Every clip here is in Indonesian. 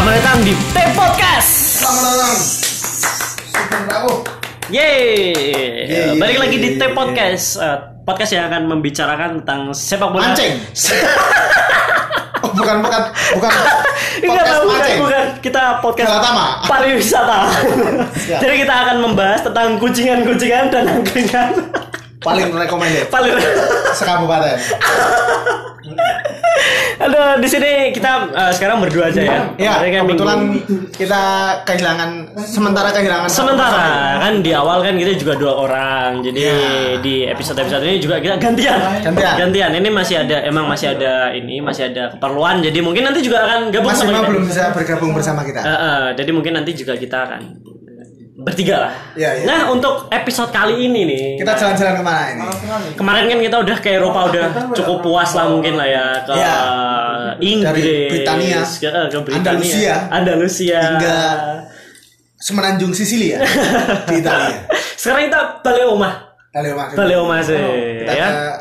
T Podcast. Selamat datang. Super Bravo. Yeay. Yeay. Balik lagi di T Podcast. Eh, podcast yang akan membicarakan tentang sepak bola. Mancing. Oh, bukan bukan bukan Enggak, podcast bukan, mancing. bukan. Kita podcast Galatama. pariwisata. Siap. Jadi kita akan membahas tentang kuncingan-kuncingan dan angkringan. Paling recommended Paling sekabupaten. Aduh, di sini kita eh, sekarang berdua aja ya. Ya, Kemarin kan kebetulan minggu- kita kehilangan sementara kehilangan satu personil. Sementara kan di awal kan kita juga dua orang, jadi Ya. di episode episode ini juga kita gantian. Gantian. Ini masih ada, emang masih ada ini, masih ada keperluan. Jadi mungkin nanti juga akan gabung Mas sama Bima kita. belum bisa bergabung bersama kita. Eh, eh, jadi mungkin nanti juga kita akan bertiga lah. Ya, ya. Nah untuk episode kali ini nih, Kita Oh, jalan-jalan kemana ini? kemarin kan kita udah ke Eropa udah cukup puas lah mungkin lah ya ke Ya. Inggris, Dari Britania, ke, eh, ke Britania, Andalusia, Andalusia. hingga Semenanjung Sisilia di Italia. Sekarang kita balik rumah. Dalil Madrid. Balik omah sih, Oh, Kita ya. ke-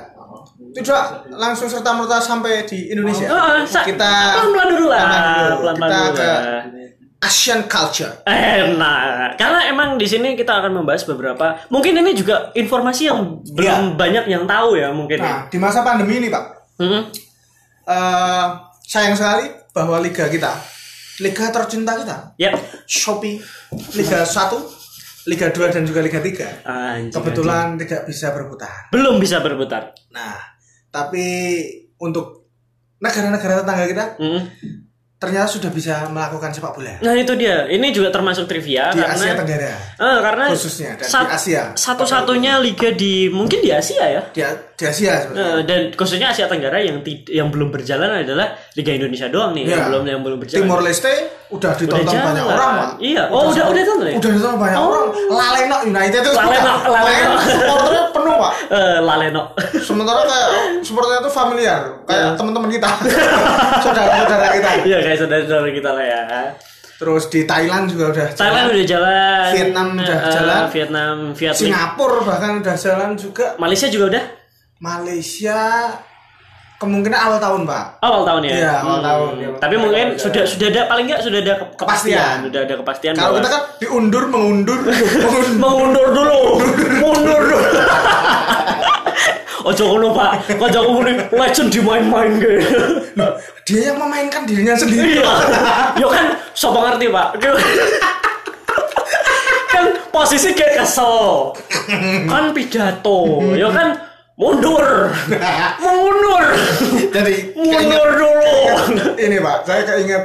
tidak langsung serta merta sampai di Indonesia. Oh, sa- kita pelan-pelan dulu lah, pelan-pelan dulu. pelan-pelan dulu kita ke lah. Asian culture. Enak. Karena emang di sini kita akan membahas beberapa mungkin ini juga informasi yang belum banyak yang tahu ya mungkin. Mm-hmm. ya. Iya. Nah, di masa pandemi ini, Pak, Mm-mm. eh, sayang sekali bahwa liga kita, liga tercinta kita, Ya. Shopee Liga 1, Liga 2 dan juga Liga 3. Anjing, Kebetulan tidak bisa berputar. anjing. belum bisa berputar. Nah, tapi untuk negara-negara tetangga kita Mm-mm. ternyata sudah bisa melakukan sepak bola Mm-hmm. Nah itu dia. Ini juga termasuk trivia di karena Asia Tenggara Eh, karena khususnya dan sat- di Asia. satu-satunya liga di mungkin di Asia ya. Di, di Asia sebenarnya. Eh, dan khususnya Asia Tenggara yang tid- yang belum berjalan adalah Liga Indonesia doang nih Ya. yang belum yang belum berjalan. Timor Leste udah ditonton jalan. banyak orang, Pak. Iya. Oh, udah- udah ditonton ya? Udah ditonton banyak Oh. orang. Laleno United itu Laleno, sudah Laleno. main supporternya penuh, Pak. Eh, Laleno. Sementara kayak supporternya itu familiar, kayak Ya. teman-teman kita. Saudara-saudara kita. Iya guys, saudara-saudara kita lah ya. Terus di Thailand juga udah Thailand jalan. udah jalan. Vietnam udah Eh, jalan. Vietnam, Vietnam. Singapura bahkan udah jalan juga. Malaysia juga udah Malaysia kemungkinan awal tahun, Pak. awal tahun ya. Iya, awal tahun. Iya, Tapi awal mungkin tahun. sudah sudah ada paling nggak sudah ada ke- kepastian, Kepastian. sudah ada kepastian. Kalau bahwa- kita kan diundur, mengundur, mengundur. mengundur dulu, mundur dulu. Ojo kono Pak, ojo kono legend dimain-main gitu. Loh, dia yang memainkan dirinya sendiri. Iya. Yo kan sapa ngerti Pak. kan posisi kayak kesel. Kan pidato. Yo kan mundur. Mundur. Jadi Mundur dulu. keinget- ini Pak, saya keinget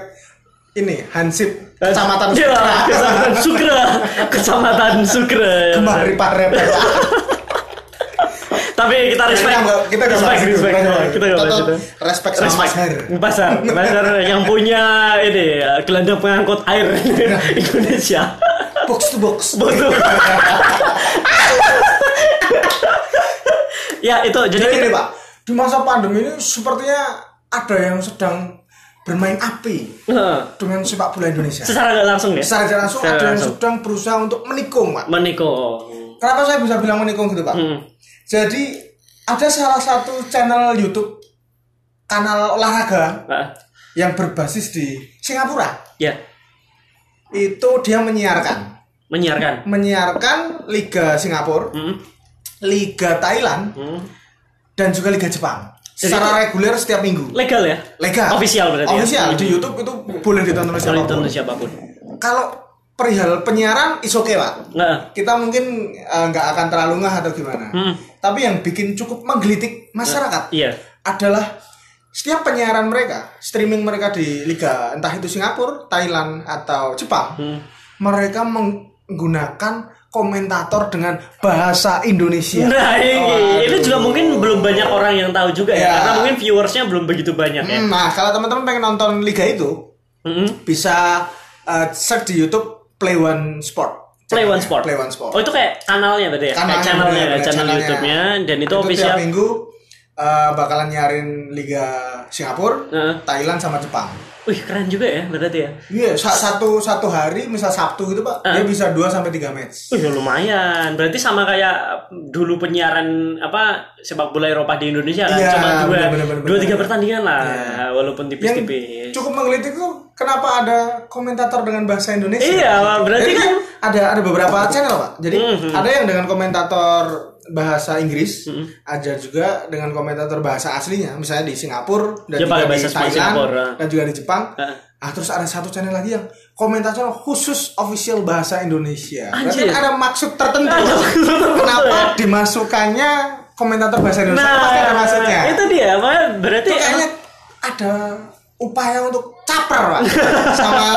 ini Hansip Kecamatan Iya, Sutra. Kecamatan Sukra. Kecamatan Sukra. ya. Kemari Pak Repet. Tapi kita respect. Kita nggak- kita nggak respect, bahas itu, respect. kita nggak bahas Kita nggak itu. bahas Tetap itu. respect sama Mas Her. Pasar, pasar yang punya ini ya, gelandang pengangkut air Indonesia. Box to box. Betul. ya itu jadi Jadi kita, ini Iya, Pak, di masa pandemi ini sepertinya ada yang sedang bermain api Heeh. dengan sepak bola Indonesia. secara nggak langsung ya. Secara tidak langsung Secara ada yang langsung. sedang berusaha untuk menikung, Pak. Meniko. Kenapa saya bisa bilang menikung gitu, Pak? Hmm. Jadi ada salah satu channel YouTube kanal olahraga Ah, yang berbasis di Singapura. Ya, Itu dia menyiarkan, menyiarkan. menyiarkan Liga Singapura, Hmm. Liga Thailand, Hmm. dan juga Liga Jepang. Jadi secara reguler setiap minggu. Legal ya? Legal. Official berarti ya? Official di YouTube itu boleh ditonton oleh Kalau siapapun. ditonton siapapun. Kalau perihal penyiaran is okay, Pak. Nggak. Kita mungkin eh, nggak akan terlalu ngah atau gimana. Hmm. Tapi yang bikin cukup menggelitik masyarakat Iya. adalah setiap penyiaran mereka, streaming mereka di liga entah itu Singapura, Thailand atau Jepang, Hmm. mereka menggunakan komentator dengan bahasa Indonesia. Nah, ini, ini Waduh. juga mungkin belum banyak orang yang tahu juga ya, Ya. karena mungkin viewersnya belum begitu banyak ya. Hmm. Hmm, Nah, kalau teman-teman pengen nonton liga itu Mm-mm. Hmm. bisa eh, search di YouTube Play One Sport. Play One Sport. Play One Sport. Oh itu kayak kanalnya berarti ya? kayak Kanalnya, channelnya, bener-bener channel channelnya. ya? YouTube-nya dan itu, Itu official. tiap minggu eh, bakalan nyarin liga Singapura, Heeh. Thailand sama Jepang. Wih keren juga ya berarti ya. Iya, sa- satu satu hari misal Sabtu gitu, Pak. Ah. Dia bisa 2 sampai 3 match. Wih ya lumayan. Berarti sama kayak dulu penyiaran apa sepak bola Eropa di Indonesia kan Iya, cuma dua bener-bener, bener-bener. dua tiga pertandingan lah Iya. walaupun yang tipis-tipis. cukup menggelitik tuh kenapa ada komentator dengan bahasa Indonesia? Iya, Pak. berarti Jadi kan Mm-hmm. kan ada ada beberapa channel pak. Jadi ada yang dengan komentator bahasa Inggris, ada juga dengan komentator bahasa aslinya, misalnya di Singapura dan Dia juga pakai di bahasa Thailand Singapura. dan juga di Jepang. Heeh. Ah terus ada satu channel lagi yang komentator khusus official bahasa Indonesia. Berarti Anjir. kan ada maksud tertentu. Ada maksud tertentu, Kenapa ya? dimasukannya komentator bahasa Indonesia? Pasti ada maksudnya. Nah, itu dia, Pak. Berarti Itu kayaknya ada upaya untuk caper pak sama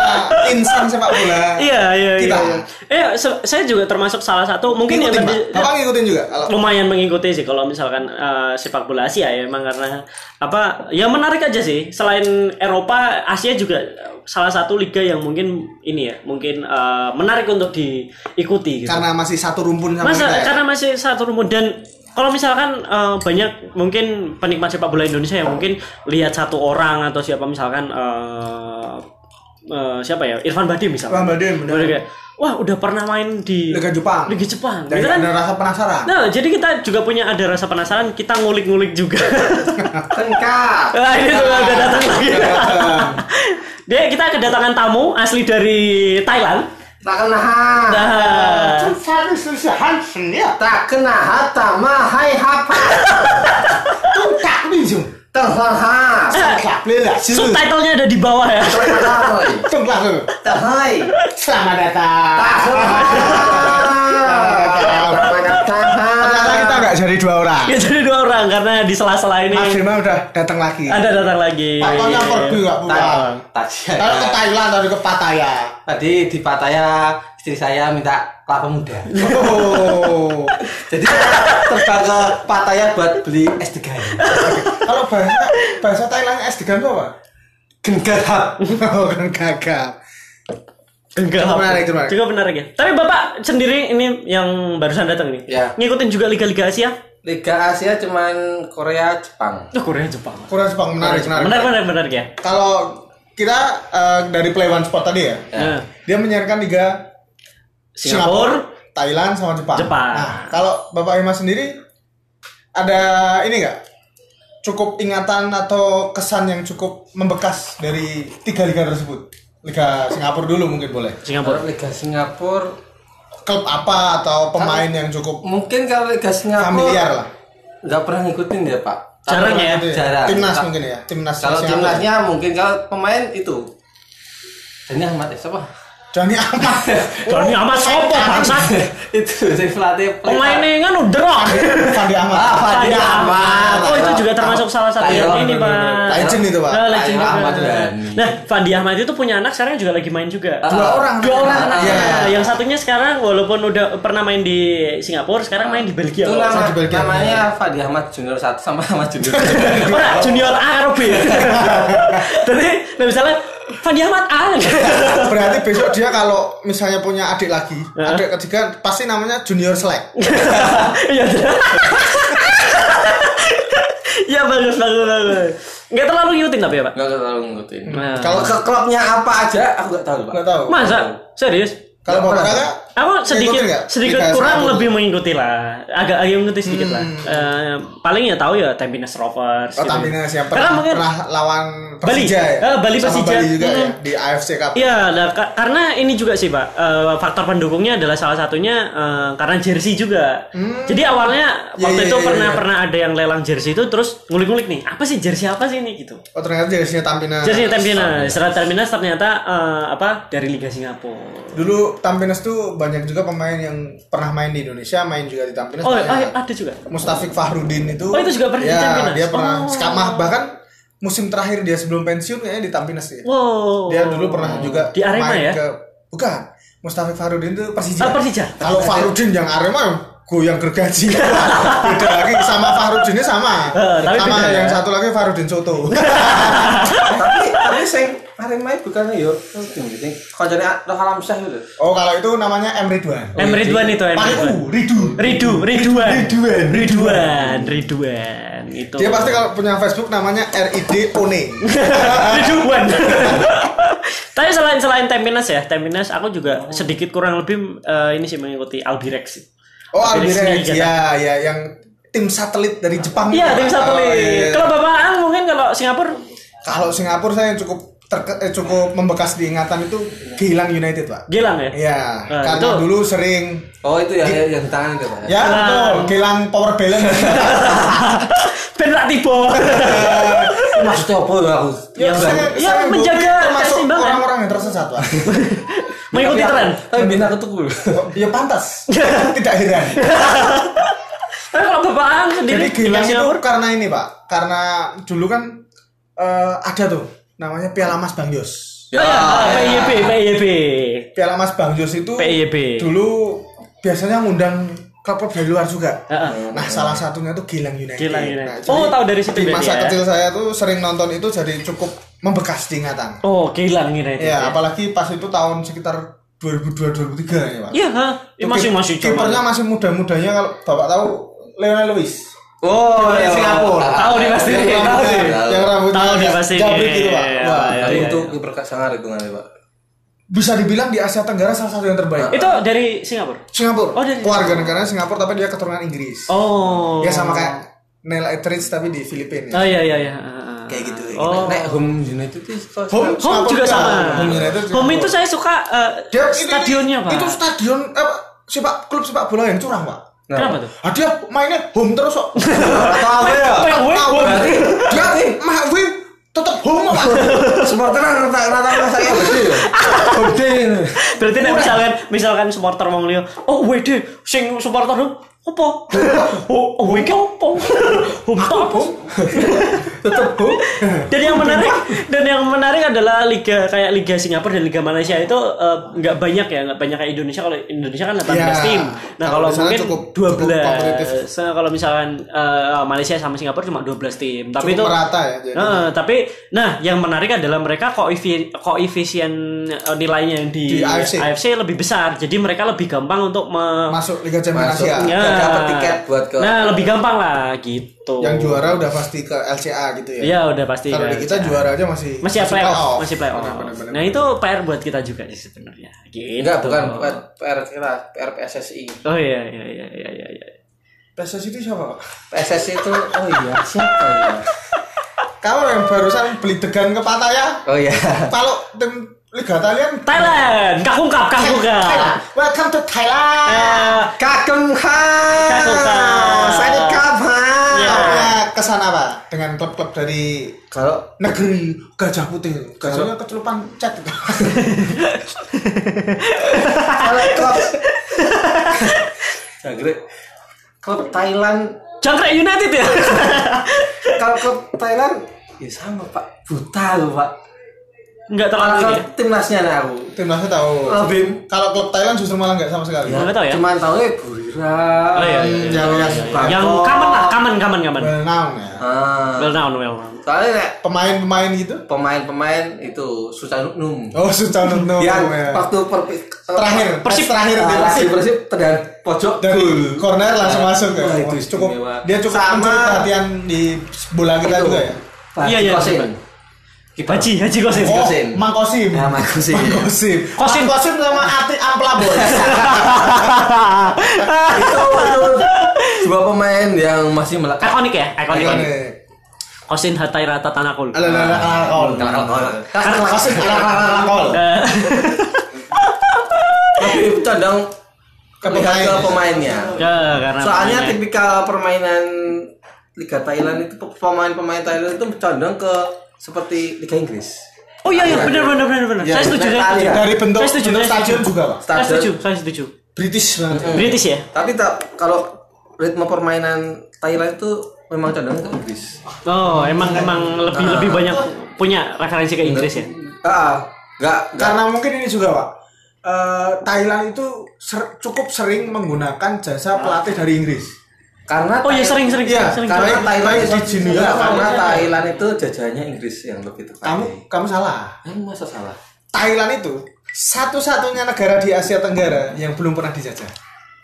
insan sepak bola. Iya, iya, Kita. iya. iya. Eh, se- saya juga termasuk salah satu mungkin yang ngikutin, Pak. tadi- Bapak ngikutin juga kalau lumayan mengikuti sih kalau misalkan eh, sepak bola Asia ya emang karena apa ya menarik aja sih selain Eropa Asia juga eh, salah satu liga yang mungkin ini ya mungkin eh, menarik untuk diikuti gitu. karena masih satu rumpun sama Masa kita ya. karena masih satu rumpun dan kalau misalkan eh, banyak mungkin penikmat sepak bola Indonesia yang mungkin lihat satu orang atau siapa misalkan eh, eh, siapa ya Irfan Badim misalkan. Bang Badim, bener. Udah kayak, wah udah pernah main di Liga Jepang. Liga Jepang. Dari Gitu kan? ada rasa penasaran. Nah, jadi kita juga punya ada rasa penasaran, kita ngulik-ngulik juga. Kan Kak. Nah, ini juga udah datang lagi. Udah datang. Dia kita kedatangan tamu asli dari Thailand. Tak kena ha. Nah, Cari susah Hansen ya. Tak kena ha tak ma hai hapa. Tungkak nih Jung. Terhon ha. Tungkak lelah. subtitlenya ada di bawah ya. Terhoi. Tungkak. Terhoi. Selamat datang. Tak kena ha. Selamat datang ha. Ternyata kita nggak jadi dua orang. Ya jadi dua orang karena di sela-sela ini Mas Bima udah datang lagi. ada datang lagi. Patonya Iya. pergi nggak pulang. Tadi, Lalu ke Thailand lalu ke Pattaya. tadi di Pattaya istri saya minta kelapa muda. Oh. Jadi terbang ke Pattaya buat beli es degan. Kalau bahasa bahasa Thailand es degan itu apa? Genggam. Oh, kan gagal. Enggak. Cukup menarik, cukup menarik. Cukup menarik ya. Tapi Bapak sendiri ini yang barusan datang nih. Ya. Ngikutin juga liga-liga Asia? Liga Asia cuman Korea, Jepang. Oh, Korea Jepang. Kurang Jepang menarik, menarik. Benar benar benar ya. Kalau kita eh, dari Play One Sport tadi ya, Nah, dia menyiarkan liga Singapura, Thailand sama Jepang. Jepang. Nah, kalau Bapak Ima sendiri ada ini nggak? Cukup ingatan atau kesan yang cukup membekas dari tiga liga tersebut? Liga Singapura dulu mungkin boleh. Singapura. Kalau Liga Singapura Klub apa atau pemain yang cukup mungkin kalau Liga Singapura familiar lah? nggak pernah ngikutin ya Pak. Jarang ya? Itu ya, Jarang. Timnas Ka- mungkin ya, timnas Kalau Singapura. timnasnya mungkin kalau pemain itu. Dani Ahmad ya siapa? Johnny Ahmad. Kalau ini amat sopo bangsa. itu saya pelatih. Pemainnya kan udah rock. Iya, Fandi Ahmad. Ah, Fandi Fandi Ahmad. Ahmad. Oh, itu juga termasuk salah satu yang Thailand, ini, Pak. Legend itu, Pak. Nah, legend Ayo, juga. Ahmad Dhani. Nah, Fandi Ahmad itu punya anak sekarang juga lagi main juga. Ah. Dua orang. Dua orang anaknya. Iya. Yang satunya sekarang walaupun udah pernah main di Singapura, sekarang main di Belgia. Itu Pak. nama, Sanji Belgia. namanya Fadi Ahmad Junior 1 sama Ahmad Junior. Ora junior A karo B. Jadi, nah misalnya Fandi Ahmad A. Berarti besok dia kalau misalnya punya adik lagi, adik ketiga pasti namanya Junior Slack. Nah. Iya. Ya bagus bagus bagus. Enggak terlalu ngikutin tapi ya, Pak. Nggak terlalu ngikutin. Nah. Kalau ke klubnya apa aja aku nggak tahu Pak. Enggak tahu. Masa? Serius? Kalau Nggak bapak pernah. kakak Aku sedikit ngikutin nggak? sedikit Liga kurang Singapura. lebih mengikuti lah, agak agak mengikuti sedikit lah. Eh, paling ya tahu ya Tampines Rovers. Hmm. Oh, gitu. Tampines yang Karena pernah, mungkin pernah lawan Bali. Persija ya. Eh, Bali, Sama Persija. Bali juga ya Hmm. di AFC Cup. Iya, nah, ka- karena ini juga sih pak Eh, faktor pendukungnya adalah salah satunya eh, karena jersey juga. Jadi awalnya Hmm. Iya, waktu iya, itu iya, pernah iya. pernah ada yang lelang jersey itu terus ngulik-ngulik nih apa sih jersey apa sih ini gitu. Oh ternyata jersey Tampines. Jersey nah, Tampines, setelah Tampines ternyata eh, apa dari Liga Singapura. Dulu Tampines tuh banyak juga pemain yang pernah main di Indonesia, main juga di Tampines. Oh, banyak. ah, ada juga. Mustafik Fahrudin itu. Oh, itu juga pernah di ya, Tampines? Dia pernah Oh. sekamah bahkan musim terakhir dia sebelum pensiun kayaknya di Tampines ya. Wow. Dia dulu pernah juga di Arema main ya. ke bukan. Mustafik Fahrudin itu Persija. Ah, Persija. Kalau Fahrudin yang Arema goyang gergaji. beda lagi sama Fahrudinnya sama. Eh, tapi sama beda ya. yang satu lagi Fahrudin Soto. tapi tapi sing Arema bukan yo. Tim tim. Kancane Roh Alamsyah gitu. oh, kalau itu namanya M Ridwan. Em Ridwan itu Em Pakai Ridwan. U, Ridu. Ridu, Ridwan. Ridwan. Ridwan, Ridwan. Itu. Dia pasti kalau punya Facebook namanya RID One. Ridwan. Tapi selain selain Tempinas ya, Tempinas aku juga sedikit kurang lebih eh, ini sih mengikuti Albirex sih. Oh, Albirex. Albirex Ninja. Ya, ya yang tim satelit dari Jepang. kan? Iya, tim Oh, iya, satelit. iya. Kalau Bapak Ang mungkin kalau Singapura Kalau Singapura saya yang cukup terke- eh, cukup membekas di ingatan itu Gilang United pak Gilang ya? Iya, Nah, karena itu- dulu sering Oh itu yang yang di tangan itu pak. ya Nah. betul Gilang power balance Ben rak tiba. Maksudnya apa ya aku? Ya, saya- ya, menjaga termasuk keseimbangan. orang-orang yang tersesat pak Iya. Mengikuti tren. Tapi bintang ketukul. ya pantas tidak heran Tapi kalau bapak jadi sendiri Gilang di itu Singapura karena ini pak karena dulu kan eh, ada tuh namanya Piala Mas Bang Yos Oh, ya, ah, PIB, PIB. Piala Mas Bang Yos itu PIB. dulu biasanya ngundang klub-klub dari luar juga. Heeh. Nah, salah satunya tuh Gilang United. Gilang United. Nah, Oh, jadi tahu dari situ Di berarti masa ya. kecil saya tuh sering nonton itu jadi cukup membekas di ingatan. Oh, Gilang ini. ya, apalagi pas itu tahun sekitar 2002-2003 ya, Pak. Iya, ha. Ini masih masih Kipernya zaman. masih muda-mudanya kalau Bapak tahu Lionel Lewis. Oh Dari Singapura. Iya, Tahu nih pasti. yang Tahu rambutnya, nih. yang rambutnya Tahu nih agak pasti. jabrik gitu, Pak. Iya, Wah, iya, Tapi iya. itu kiper sangar hitungannya pak. Bisa dibilang di Asia Tenggara salah satu yang terbaik. Itu dari Singapura. Singapura. Oh, dari- Keluarga negaranya Singapura tapi dia keturunan Inggris. Oh. Ya sama kayak Neil Etheridge tapi di Filipina. Oh iya iya iya. Kayak gitu. ya. Oh. Nek home United itu kok- Home, Home Singapura juga juga. sama. Home United juga. Home itu saya suka eh, Dia- itu- stadionnya, Pak. Itu stadion apa? Sepak klub sepak bola yang curang, Pak. Nah, Kenapa tuh? Ah, dia mainnya home terus kok. Tahu ya? Main home, Tahu home. berarti. Dia mah gue tetap home Pak. Supporter rata-rata saya gede ya. Gede. Berarti nek misalkan misalkan supporter wong liya, oh WD sing supporter lu apa? Oh, oh iki apa? Home to apa? Tetap home. Dan yang menarik dan yang menarik adalah liga kayak liga Singapura dan liga Malaysia itu eh, nggak banyak ya, nggak banyak kayak Indonesia. Kalau Indonesia kan 18 Ya. tim. Nah, Kalau kalau di sana mungkin cukup- 12. cukup kompetitif. Nah, kalau misalkan eh, Malaysia sama Singapura cuma 12 tim. Tapi Cukup itu merata ya, jadi. Nah, tapi nah yang menarik adalah mereka koefi- koefisien eh, nilainya yang di, Di AFC. lebih besar. Jadi mereka lebih gampang untuk me- Masuk Liga Champions Masuk. Asia. Iya. Ya. Dapat tiket buat ke- Nah, lebih gampang lah gitu. Yang juara udah pasti ke LCA gitu ya. Ya udah pasti. Kalau kan. di kita juara aja masih Oh, masih playoff, masih playoff. Benar, benar, benar. Nah itu PR buat kita juga sih sebenarnya. Gitu. Enggak bukan bukan PR kita PR PSSI. Oh iya iya iya iya iya. iya. PSSI itu siapa, Pak? PSSI itu oh iya siapa ya? Kalau yang barusan beli degan ke Pattaya, Oh iya. kalau tim Liga Thailand Thailand, kakungkap, kakungkap. Thailand. Welcome to Ah. Thailand. Kagem Kagem Khan. Khan. Saya kapan? Iya. Kamu punya kesan apa dengan klub-klub dari Kalau negeri Gajah Putih? Gajahnya kecelupan cat. kalau klub Jangkrik. Klub Thailand Jangkrik United ya. kalau klub Thailand ya sama pak buta loh pak Enggak terlalu kalau ini. klub ya. timnasnya nih aku Timnasnya tahu. Abim. Kalau klub Thailand justru malah nggak sama sekali. Nggak tahu ya. cuman tahu Oh. ya Burira Oh iya, iya, iya. Yang yang Yang Oh. kaman lah, kaman, kaman, kaman. well known ya. ah. Well known, well known. soalnya nek Pemain-pemain gitu. pemain-pemain itu susah num Oh, Suchan Nung. yang ya. waktu per Terakhir, Persib. persib terakhir ah, dia persib persib terdan pojok dari gol corner langsung masuk ya. Wah, itu cukup istimewa. dia cukup Sama. mencuri perhatian di bola kita juga ya. Iya, iya iya, iya Bang. Haji, Haji Kosim. Oh, Kosim. Mang Kosim. iya. Ya, Mang Kosim. Mang Kosim. Kosim. Mang Kosim sama Ati Amplabon. itu itu dua pemain yang masih melekat Ikonik ya, ikonik. Ikonik. Kosin Hatai Rata Tanakul. Ala ala ala ala kol. Kosim ala ala ala ala kol. Eh, lebih condong Ke lihat ke pemain. pemainnya ya, karena soalnya pemainnya- tipikal permainan Liga Thailand itu pemain-pemain Thailand itu condong ke seperti Liga Inggris Oh iya iya benar benar benar benar. Iya, Saya setuju iya. saya setuju. Dari bentuk Saya setuju, saya bentuk setuju. stadion juga, Pak. Saya Eh, setuju, Standar. saya setuju. British banget. British ya? tapi tak kalau ritme permainan Thailand itu memang condong ke Inggris Oh, emang emang Nah. lebih lebih banyak punya referensi ke Inggris ya. ah nggak nggak Karena mungkin ini juga, Pak. Eh, Thailand itu ser- cukup sering menggunakan jasa pelatih dari Inggris. karena Oh iya Thai- sering sering Iya, sering. karena sering. Thailand- Thailand Thailand itu di junior. Nggak, karena Thailand itu jajahannya Inggris yang lebih tepat Kamu kamu salah. Kamu masa salah Thailand itu satu-satunya negara di Asia Tenggara yang belum pernah dijajah.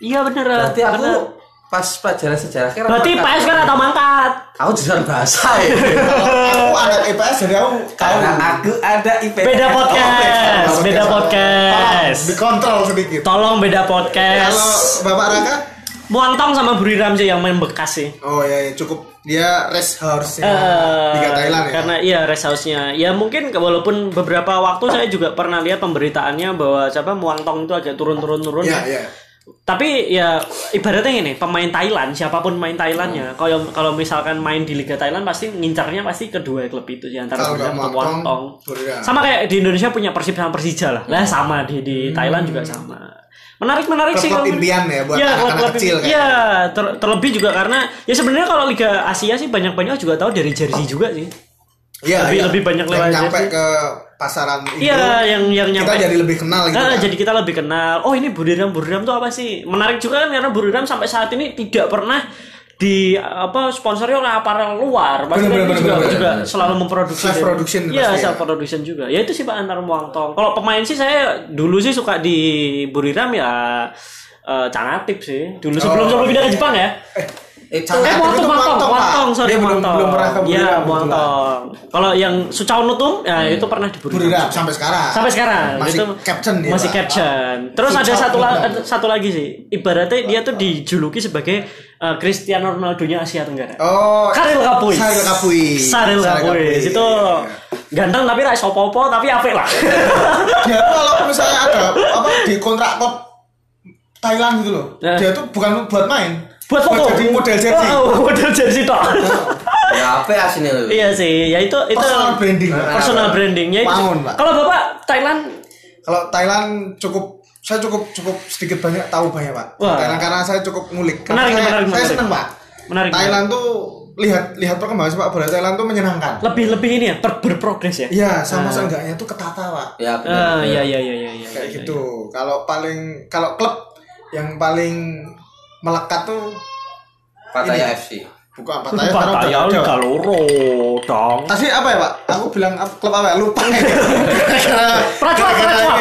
Iya benar. berarti aku karena- pas pelajaran sejarah kira berarti mangkat. PS kan atau mangkat. aku jurusan bahasa ya Aku anak IPS jadi aku tahu. karena aku ada IPS Beda Eh, oh, podcast, Kalau beda salah. podcast. Tolong dikontrol sedikit. Tolong beda podcast. Kalau Bapak Raka Muangtong sama Buri Ramsey yang main bekas sih. Oh ya, ya, cukup dia rest harusnya Eh, Ya, Liga Thailand ya. Karena iya rest house-nya. Ya mungkin ke- walaupun beberapa waktu saya juga pernah lihat pemberitaannya bahwa siapa Muangtong itu agak turun-turun-turun. Iya, iya. Tapi ya ibaratnya ini pemain Thailand siapapun main Hmm. Thailandnya kalau kalau misalkan main di Liga Thailand pasti ngincarnya pasti kedua klub itu ya antara Kalau Buri nggak ya. Ramsey atau motong, Muangtong. Buriram. Sama kayak di Indonesia punya Persib sama Persija lah. Lah Hmm. sama di di Thailand juga sama. Menarik-menarik sih Klub-klub kalau- impian ya buat Iya, anak-anak klub-klub kecil impian. kan. Iya, ter- terlebih juga karena ya sebenarnya kalau Liga Asia sih banyak-banyak juga tahu dari Oh. jersey juga sih. Iya, Lebih- iya. lebih banyak Yang lewat nyampe jersey. ke pasaran itu. Iya, yang yang Kita nyampe- jadi lebih kenal gitu. Ah, kan. jadi kita lebih kenal. Oh, ini Buriram Buriram tuh apa sih? Menarik juga kan karena Buriram sampai saat ini tidak pernah di apa sponsornya oleh aparel luar. Pasti kan Bener, bener, juga, bener, juga bener. selalu memproduksi. Self dari- production Iya, pasti ya. self production juga. Ya itu sih Pak antar Muangtong. Kalau pemain sih saya dulu sih suka di Buriram ya eh Cangatip sih. Dulu sebelum Oh, sebelum pindah ke iya. Jepang ya. Eh, Eh, Tapi Muangtong, Muangtong, itu Muangtong, Pak. Muangtong, sorry, Dia belum- Muangtong. belum pernah ke gitu Iya, Buriram, Muangtong. kan. Kalau yang Sucaon Nutum, ya Hmm. itu pernah di Buriram. Buriram sampai sekarang. sampai sekarang Masih itu caption dia, masih Pak. caption terus Futsal ada satu la- Vietnam. ada satu lagi sih ibaratnya dia tuh dijuluki sebagai uh, Cristiano Ronaldo nya Asia Tenggara Oh, Karel Kapuis Karel Kapuis. Karel Karel Kapuis Kapuis. itu ganteng tapi ra iso popo tapi apik lah dia tuh kalau misalnya ada apa di kontrak klub Thailand gitu loh. Nah. Dia tuh bukan buat main. buat foto jadi model jersey. Oh, oh, model jersey toh ya apa ya sini lu? iya sih ya itu itu Personal branding. personal brandingnya itu Bangun, Pak. kalau bapak Thailand Kalau Thailand cukup saya cukup cukup sedikit banyak tahu banyak pak. Wah. Thailand karena saya cukup ngulik. Karena Menarik, saya, menarik, saya menarik. seneng pak. Menarik, Thailand tuh lihat lihat perkembangan sepak bola Thailand tuh menyenangkan. lebih lebih ini ya ber- berprogres ya Iya sama seenggaknya tuh ketata pak. Ya Ah, benar. iya iya iya iya iya, Kayak iya. gitu. Kalau paling kalau klub yang paling melekat tuh Pattaya FC. bukan Pattaya. karena udah Pattaya ada. Liga Loro dong. Tadi apa ya pak? Aku bilang apa, klub apa ya? Lupa ya. Pracua, Pracua.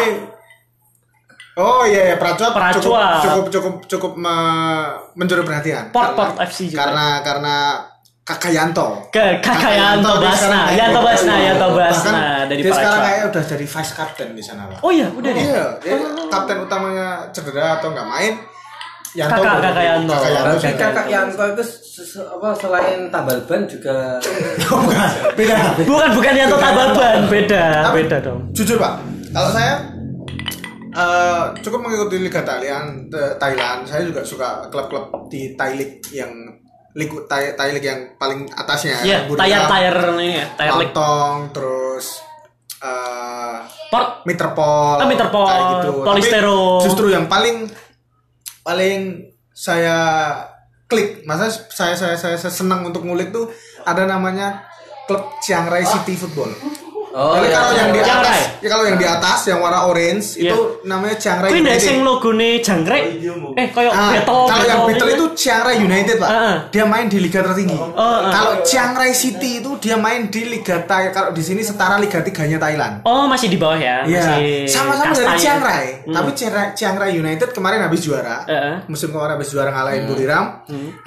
Oh iya ya Pracua, Pracua. cukup cukup cukup cukup me- mencuri perhatian. Port Port Karena- FC juga. Karena karena Kakak Yanto. Ke kakak Yanto dia Basna, sekarang kayak Yanto gitu. Basna, Yanto Bahkan Basna dari Dia sekarang Pracua. kayak udah jadi vice captain di sana pak. Oh iya, udah deh. Iya, dia kapten utamanya cedera atau nggak main. Yanto Kakak- baru- Kakak Yanto. Kakak Yanto Berarti sudah. kakak Yanto itu se- se- apa selain tambal ban juga Bukan, beda. Bukan bukan Yanto Iya. Tababan, beda, Tapi- beda dong. jujur pak kalau saya eh, cukup mengikuti liga Thailand eh, Thailand saya juga suka klub-klub di Thai League yang ligu Thai, Thai League yang paling atasnya Iya, Buriram, tayar tayar ini ya, tayar leg Lontong, terus eh port. Mitrepol Ah, Mitrepol, kayak gitu. Tapi Polistero. justru yang paling paling saya klik masa saya saya saya, saya senang untuk ngulik tuh ada namanya klub Chiang Rai City Football Oh, jadi iya, kalau iya, yang di iya. Chiang atas, Rai. ya kalau yang di atas yang warna orange Ah. Iya. itu namanya Chiang Rai Kuwi ndek United. sing logone jangkrik. Eh, koyo Ah, battle. kalau yang Beetle itu gitu. Chiang Rai United pak, Ah, ah. dia main di liga tertinggi. ah. Kalau Chiang Rai City itu dia main di liga Thailand. Kalau di sini setara liga tiganya Thailand. Oh, masih di bawah ya. Iya, masih sama-sama dari kastanya. Chiang Rai. Hmm. Eh. Tapi Chiang Rai, Chiang Rai United kemarin habis juara. Heeh. Musim kemarin habis juara ngalahin Hmm. Buriram.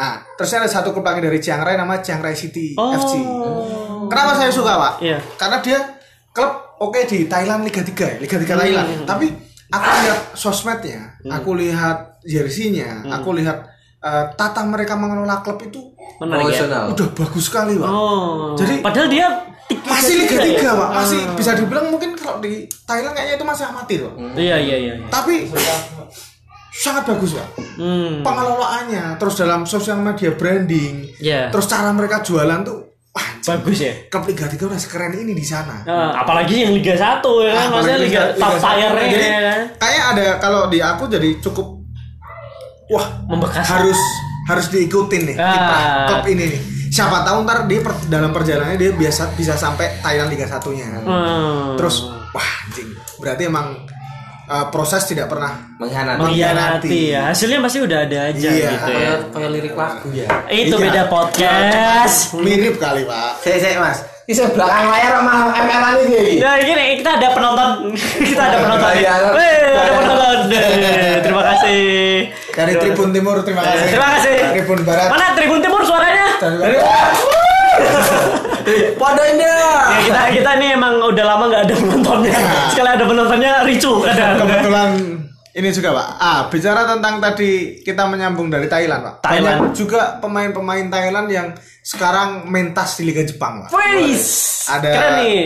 Ah, terusnya ada satu klub lagi dari Chiang Rai namanya Chiang Rai City Oh. FC. Kenapa saya suka pak? Iya. Karena dia klub oke di Thailand Liga 3 ya, Liga 3 Thailand. Hmm. Tapi aku lihat sosmednya, aku lihat jersinya, Hmm. aku lihat eh, tata mereka mengelola klub itu Menarik ya. Profesional. udah bagus sekali pak. Oh. Oh, Jadi- padahal dia tiga- Masih Liga tiga 3 ya? pak, masih bisa dibilang mungkin kalau di Thailand kayaknya itu masih amatir pak. Iya, iya, iya. Tapi sangat bagus pak. Hmm. Pengelolaannya, terus dalam sosial media branding, Iya. terus cara mereka jualan tuh, wah, Bagus ya. klub Liga 3 udah sekeren ini di sana. Nah, apalagi yang Liga 1 ya kan, Nah, maksudnya apalagi Liga, top satu. tier-nya Jadi, ya kan. kayak ada kalau di aku jadi cukup wah Membekas. harus harus diikutin nih Ah. kiprah klub ini nih siapa tahu ntar dia per- dalam perjalanannya dia biasa bisa sampai Thailand Liga satunya Hmm. terus wah anjing berarti emang uh, proses tidak pernah mengkhianati. Iya. mengkhianati ya. Hasilnya pasti udah ada aja Iya. gitu ya. Kayak kayak lirik lagu ya. Itu Iya. beda podcast. mirip kali pak Saya saya Mas. Ini saya belakang layar sama ML ini. iki. Nah, gini kita ada penonton. kita ada penonton. Iya. Weh, ada penonton. Eh, Terima kasih. dari Tribun Timur terima Eh, kasih Terima kasih. Tribun Barat Mana Tribun Timur suaranya? dari Pada indah. Ya, kita kita nih emang udah lama nggak ada penontonnya. Sekali ada penontonnya ricu kadang. kebetulan Ini juga Pak. Ah, bicara tentang tadi kita menyambung dari Thailand Pak. Thailand. Banyak juga pemain-pemain Thailand yang sekarang mentas di Liga Jepang Pak. Wis. Ada- Keren nih.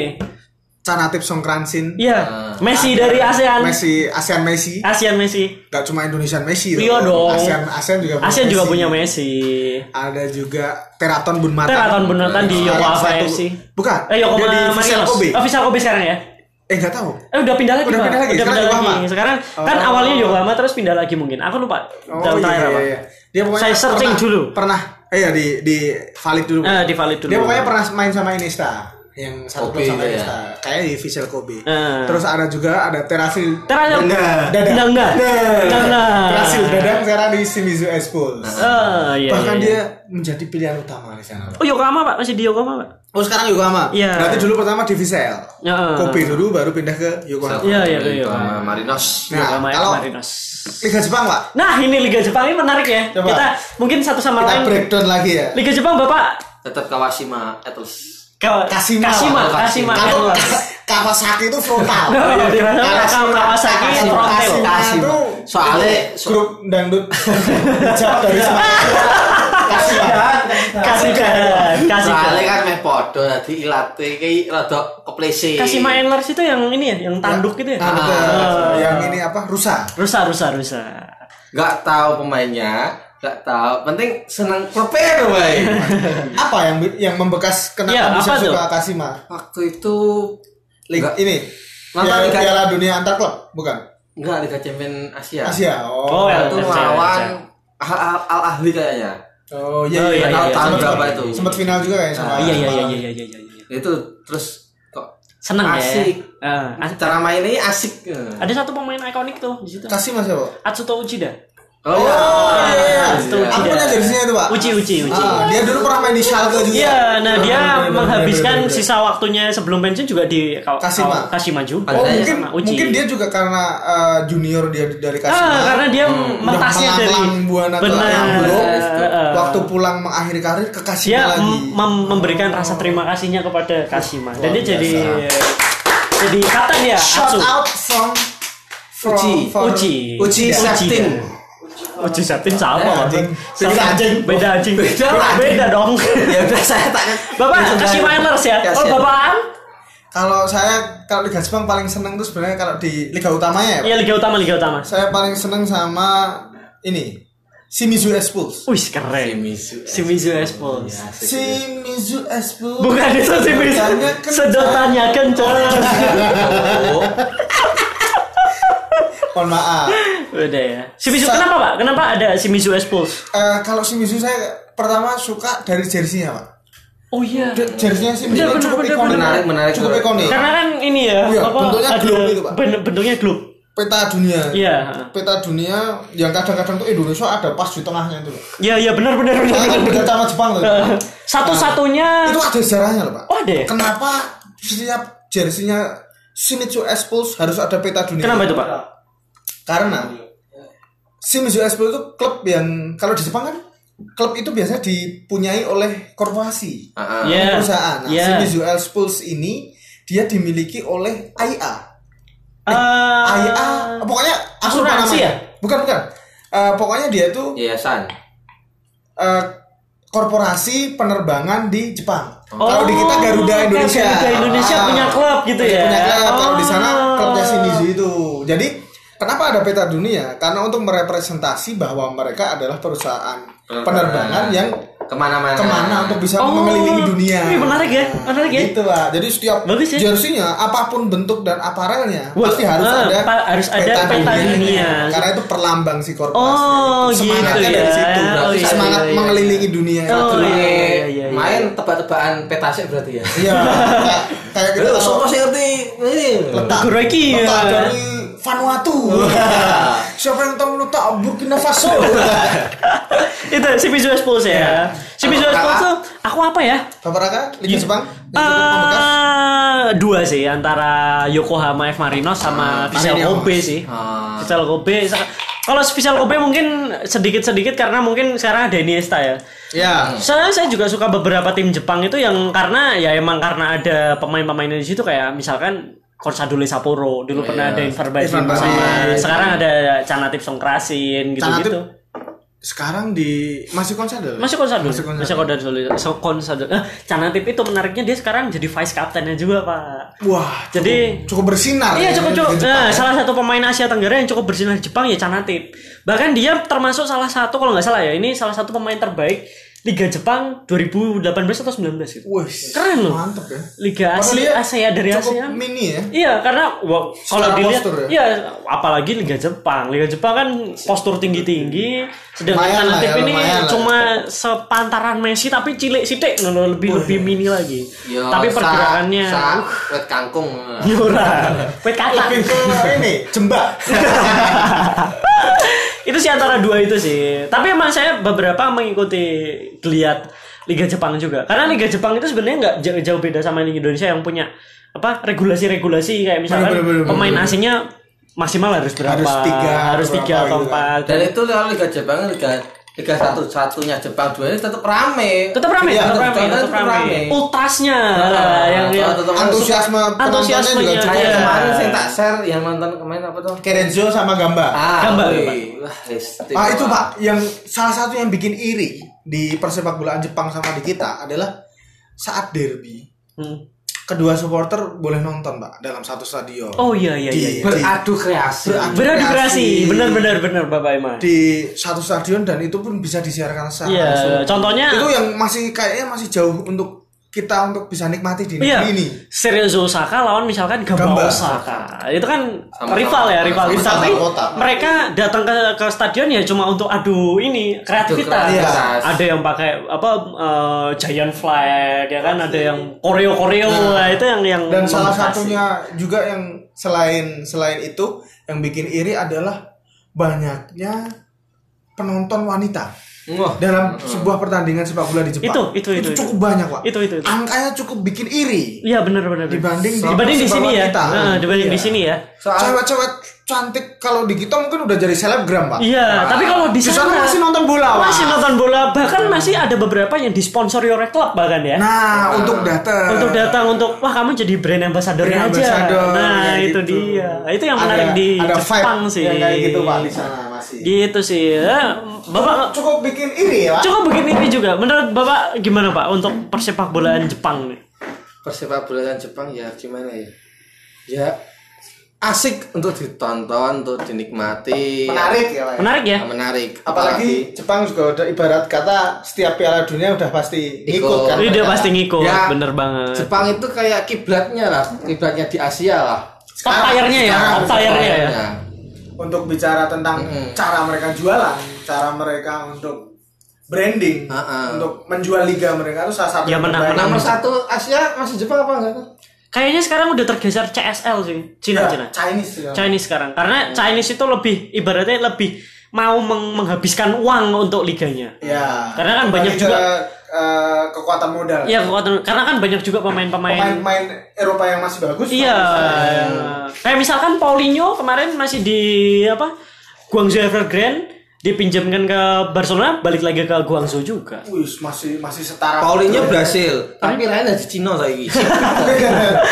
Canatip Songkransin, Iya. Messi dari ASEAN. Messi, ASEAN Messi. ASEAN Messi. Gak cuma Indonesian Messi Iya dong. ASEAN ASEAN juga punya ASEAN juga Messi. punya Messi. Ada juga Teraton Bunmatan. Teraton Bunmatan di Salah Yokohama satu- FC. Bukan. Eh Yokohama Dia di Vissel Marinos. Kobe. Oh, Vissel Kobe sekarang ya. Eh nggak tahu. Eh udah pindah lagi, Udah Pak. pindah lagi, Udah sekarang pindah lagi. Yokohama. Sekarang kan Oh. awalnya Yokohama terus pindah lagi mungkin. Aku lupa. Oh iya, terakhir iya, apa. iya. Dia pokoknya Saya searching pernah- dulu. Pernah. Eh ya di di valid dulu. Eh, di valid dulu. Dia pokoknya pernah main sama Iniesta yang satu klub Kobe sama itu ya. Iniesta. Kayak di Vissel Kobe. Eh. Terus ada juga ada Terasil. Terakhir. Dadang. Dadang. Dadang. Terasil Dadang sekarang di Shimizu S-Pulse. Eh, iya, Bahkan iya, iya. dia menjadi pilihan utama di sana. Oh Yokohama Pak, masih di Yokohama Pak. Oh sekarang Yokohama. Iya. Berarti dulu pertama di Vissel. Ya. Kobe dulu baru pindah ke Yokohama. Iya, iya, iya. Sama Marinos. Nah, Yokohama kalau Marinos. Liga Jepang pak, Nah, ini Liga Jepang ini menarik ya. Coba. Kita mungkin satu sama kita lain. breakdown lagi ya. Liga Jepang Bapak Tetap Kawashima Atlas. Ka- Kashima, Kashima, Pak. Kashima, Kalau Edwards. Ka- Kawasaki itu frontal. Oh, iya, di mana Kawasaki Kashima- frontal. Kashima Kashima. itu Soalnya- itu grup dangdut hijab dari Semarang. Kasihkan, Soalnya kasihkan. kan meh podo dadi ilate iki rada keplese. Kashima Antlers itu yang ini ya, yang tanduk gitu ya. Nah, betul. yang ini apa? Rusa. Rusa, rusa, rusa. Enggak tahu pemainnya, enggak tahu. Penting seneng klubnya lho, wae. Apa yang yang membekas kenapa Iya, bisa apa suka tuh? Kashima? Waktu itu Liga Enggak. ini. Nonton Piala, Liga- Piala Dunia Antar Klub, bukan? enggak Liga Champion Asia. Asia. Oh, Oh. ya. Itu Asia, lawan Al, Al, Al Ahli kayaknya. Oh, Oh, iya iya. iya, iya, Tahun iya. berapa Iya, itu? iya. Sempat final juga kayaknya sama. Iya, iya, sama- iya, iya, iya, iya, iya. Itu terus kok Seneng ya. Asik. Eh, as- cara mainnya ini asik. Ada satu pemain ikonik tuh di situ. Kashima siapa? Ah, Atsuto Uchida. Oh, iya, Itu iya. iya. Iya. Aku punya jersinya itu, Pak. Uci, uci, uci. Ah, dia dulu pernah main di Schalke juga. Iya, nah dia menghabiskan sisa sisa waktunya sebelum pensiun juga di Kaw- Kashima. Kaw- Kashima juga. Oh, Padahal mungkin sama Uji. mungkin dia juga karena eh, junior dia dari Kasima. Ah, karena dia Hmm, mentasnya dari buana benar. yang belum eh, waktu pulang mengakhiri karir ke Kasima dia lagi. mem- mem- memberikan rasa terima kasihnya kepada Kashima dan Luar dia jadi jadi kapten ya Shout Atsu out from from Uji. for- Uci Uji Uci Septin. dah. Uci Septin sama Pak. anjing. Sama. Beda anjing. beda anjing beda lah, anjing. dong Ya udah saya tak Bapak Kashima Antlers ya oh Kasihan. Bapak Kalau saya kalau Liga Jepang paling seneng tuh sebenarnya kalau di liga utamanya ya. Pak. ya Liga Utama Liga Utama Saya paling seneng sama ini. Shimizu S-Pulse. wih keren Shimizu Espos Shimizu S-Pulse. bukan itu Shimizu Sedotannya kencang. sedotannya kencang Mohon maaf. udah ya Shimizu Sa- kenapa Pak kenapa ada Shimizu Espos Eh, kalau Shimizu saya pertama suka dari jersey-nya, Pak. oh iya Jer- Jersey-nya Shimizu Bener, bener, cukup bener, ikonik. bener. Menarik, menarik. Cukup ikonik. Karena kan ini ya, Iya, apa, bentuknya ada- globe gitu, Pak. ben- bentuknya globe. Peta dunia. Iya. Peta dunia yang kadang-kadang tuh Indonesia ada pas di tengahnya itu loh. Iya, iya benar benar benar. Kan benar, beda benar. sama Jepang loh. Satu-satunya Itu ada sejarahnya loh, Pak. Oh, ada ya? Kenapa setiap jersey-nya Shimizu S-Pulse harus ada peta dunia? Kenapa itu, Pak? Karena Shimizu S-Pulse itu klub yang kalau di Jepang kan klub itu biasanya dipunyai oleh korporasi. Iya. perusahaan. Nah, Iya. Shimizu S Pulse ini dia dimiliki oleh IA. Eh, IA pokoknya aku lupa asuransi namanya. ya? Bukan bukan. Eh, pokoknya dia itu Yayasan. eh, korporasi penerbangan di Jepang. Oh, kalau di kita Garuda kayak Indonesia. Ah, Garuda Indonesia punya klub gitu Punya- ya? Punya klub. Kalau di sana Oh. klubnya Shimizu itu. Jadi kenapa ada peta dunia? Karena untuk merepresentasi bahwa mereka adalah perusahaan penerbangan yang kemana-mana. kemana untuk bisa Oh. mengelilingi dunia. Wih, menarik ya, menarik ya. Gitu lah. Jadi setiap Bagus ya. jersey-nya, apapun bentuk dan aparelnya Wah, pasti harus eh, ada pa- harus ada peta dunia. Karena itu perlambang si korporasi. Oh, Itu Semangatnya gitu dari ya. kan situ. Oh, Berarti iya, semangat iya, iya. mengelilingi dunia. Oh, Dulu iya, nih, iya, iya, iya. main tebak-tebakan petasek berarti ya. Iya. kayak- Kayak kita Lu kalau sopo sih ngerti? Ini. letak Goreki ya. letak dari Vanuatu. Oh. Siapa yang tahu letak Burkina Faso? itu Shimizu Espos Iya. ya. Shimizu Kalau Espos kakak- tuh aku apa ya? Bapak Raka, Liga Jepang, Liga Jepang membekas. Eh, dua sih antara Yokohama F Marinos sama Vissel Marinos. Kobe sih. Ah. Vissel Kobe. sa- Kalau Vissel Kobe mungkin sedikit-sedikit karena mungkin sekarang ada Iniesta ya. Ya. Saya saya juga suka beberapa tim Jepang itu yang karena ya emang karena ada pemain-pemainnya di situ kayak misalkan Korsadole Sapporo dulu pernah Iya, ada Inver Inver Basim Basim. sekarang ada Canatip Songkrasin gitu Canatip gitu sekarang di masih konser dulu masih Korsadole Masih Konsadole. masih Korsadole so, Konsadole eh, Canatip itu menariknya dia sekarang jadi vice captain juga pak wah cukup, Jadi- cukup bersinar Iya ya, cukup di cukup. Jepang, Nah, ya. salah satu pemain Asia Tenggara yang cukup bersinar di Jepang ya Canatip. Bahkan dia termasuk salah satu kalau nggak salah ya ini salah satu pemain terbaik Liga Jepang 2018 atau 19 gitu. Wih, Keren loh. mantep ya Liga Padahal dia Asia, Asia dari cukup Asia. mini ya Iya karena wah, kalau Secara dilihat postur ya? iya apalagi Liga Jepang. Liga Jepang kan postur tinggi-tinggi sedangkan Lumayan lah Canatip ya, ini lumayan lah. cuma sepantaran Messi tapi cilik sithik ngono, lebih lebih mini lagi. Yo, tapi sa- pergerakannya sa, wet kangkung. Yura, wait kata. Lebih ke ini jembak itu sih antara dua itu sih tapi emang saya beberapa mengikuti geliat Liga Jepang juga karena Liga Jepang itu sebenarnya nggak jauh, jauh beda sama Liga Indonesia yang punya apa regulasi-regulasi kayak misalkan Bener, bener, bener, pemain asingnya maksimal harus berapa Harus tiga, harus tiga atau berapa gitu kan. empat Dan itu kalau Liga Jepang Liga Liga satu satunya Jepang dua ini tetap rame. tetap rame Iya, tetap rame tetap rame ultrasnya lah, yang yang Ah, tetap rame. antusiasme penontonnya juga Antusiasmenya, Kayak Iya. cukup kemarin saya tak share yang nonton kemarin apa tuh? Kerenzo sama Gamba Ah, Gambar, wih. Pak. Wah, istimewa. Ah itu pak, yang salah satu yang bikin iri di persepak bolaan Jepang sama di kita adalah saat derby Hmm. kedua supporter boleh nonton pak dalam satu stadion. oh iya iya iya Di- beradu kreasi. Beradu. beradu kreasi Kreasi. benar benar benar bapak Iman Di satu stadion dan itu pun bisa disiarkan secara iya langsung. contohnya Itu yang masih kayaknya masih jauh untuk kita untuk bisa nikmati di Iya. negeri ini. Serious Osaka lawan misalkan Gamba, Gamba. Osaka. Itu kan Sama-sama rival ya, kota. rival. Sama-sama Tapi kota. mereka datang ke ke stadion ya cuma untuk adu ini kreativitas. kreativitas. Ada yang pakai apa eh, giant flag ya kan, ada yang koreo-koreo Wah, itu yang yang Nah. Dan salah membatasi. satunya juga yang selain selain itu yang bikin iri adalah banyaknya penonton wanita Wah, dalam sebuah pertandingan sepak bola di Jepang. Itu, itu, itu, itu. cukup banyak pak. Itu, itu, itu. Angkanya cukup bikin iri. Iya benar benar. benar. Dibanding di- dibanding di sepak sini ya. wanita. Heeh, dibanding di Iya. sini ya. soal Cewek-cewek cantik kalau di kita mungkin udah jadi selebgram pak. Iya, tapi kalau di Di sana sana masih nonton bola. Pak. masih nonton bola, bahkan masih ada beberapa yang disponsori oleh klub bahkan ya. Nah untuk datang. untuk datang untuk wah kamu jadi brand ambassador aja. Brand ambassador, nah, kayak itu gitu. dia. Itu yang Ada- menarik di ada vibe Jepang sih. yang kayak gitu pak di sana masih. Gitu sih. Eh, Bapak Cukup bikin iri ya. Pak. cukup begini ini juga. Menurut Bapak gimana Pak untuk persepak bolaan Jepang nih? persepak bolaan Jepang ya gimana ya? Ya asik untuk ditonton, untuk dinikmati. Menarik ya pak. Menarik ya? Ya, menarik. Apalagi Jepang juga udah ibarat kata setiap Piala Dunia udah pasti Ikut. ikut kan. Ini Iya, dia pasti ngikut, Ya. bener banget. Jepang itu kayak kiblatnya lah, kiblatnya di Asia lah. Nah, Top tire-nya ya, sekarang top tire-nya ya. Kiblatnya. Untuk bicara tentang Mm-mm. cara mereka jualan, cara mereka untuk branding, Ha-ha. untuk menjual liga mereka itu salah satu Ya, yang menang- terbaik. Nomor satu Asia masih Jepang apa enggak? tuh? Kayaknya sekarang udah tergeser CSL sih, Ya, Cina-Cina. Chinese ya. Chinese sekarang karena Chinese itu lebih ibaratnya lebih mau meng- menghabiskan uang untuk liganya. Ya. Karena kan Kembali banyak ke, juga eh, kekuatan modal. Iya kekuatan karena kan banyak juga pemain-pemain Pemain-pemain Eropa yang masih bagus. Iya. Kayak misalkan Paulinho kemarin masih di apa? Guangzhou Evergrande dipinjamkan ke Barcelona, balik lagi ke Guangzhou juga. Wih, masih masih setara. Paulinho Brasil, tapi lain dari Cina saiki. Oscar,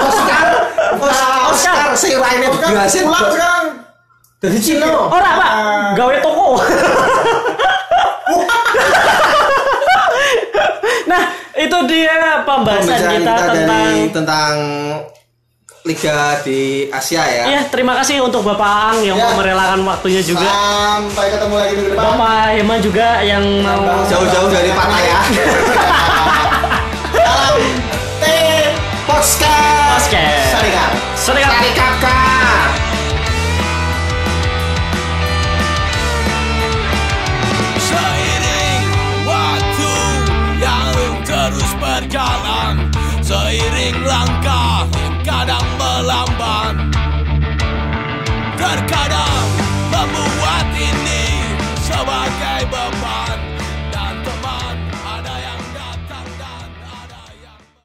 Oscar, Oscar. Oscar, si Raine Oscar Brasil pulang pulang sekarang. Dari Cina. Ora, Oh, Pak. Gawe toko. nah, itu dia pembahasan Pembicaraan kita, tentang dari- tentang liga di Asia ya. Ya, terima kasih untuk Bapak Ang yang Ya. mau merelakan waktunya juga. Sampai ketemu lagi di depan. Bapak Hema juga yang mau Jauh-jauh dari ya. Pattaya. Salam T Podcast. Podcast. Sarikap. Sarikap. Sarikap. Seiring waktu yang terus berjalan Seiring langkah yang kadang melamban Terkadang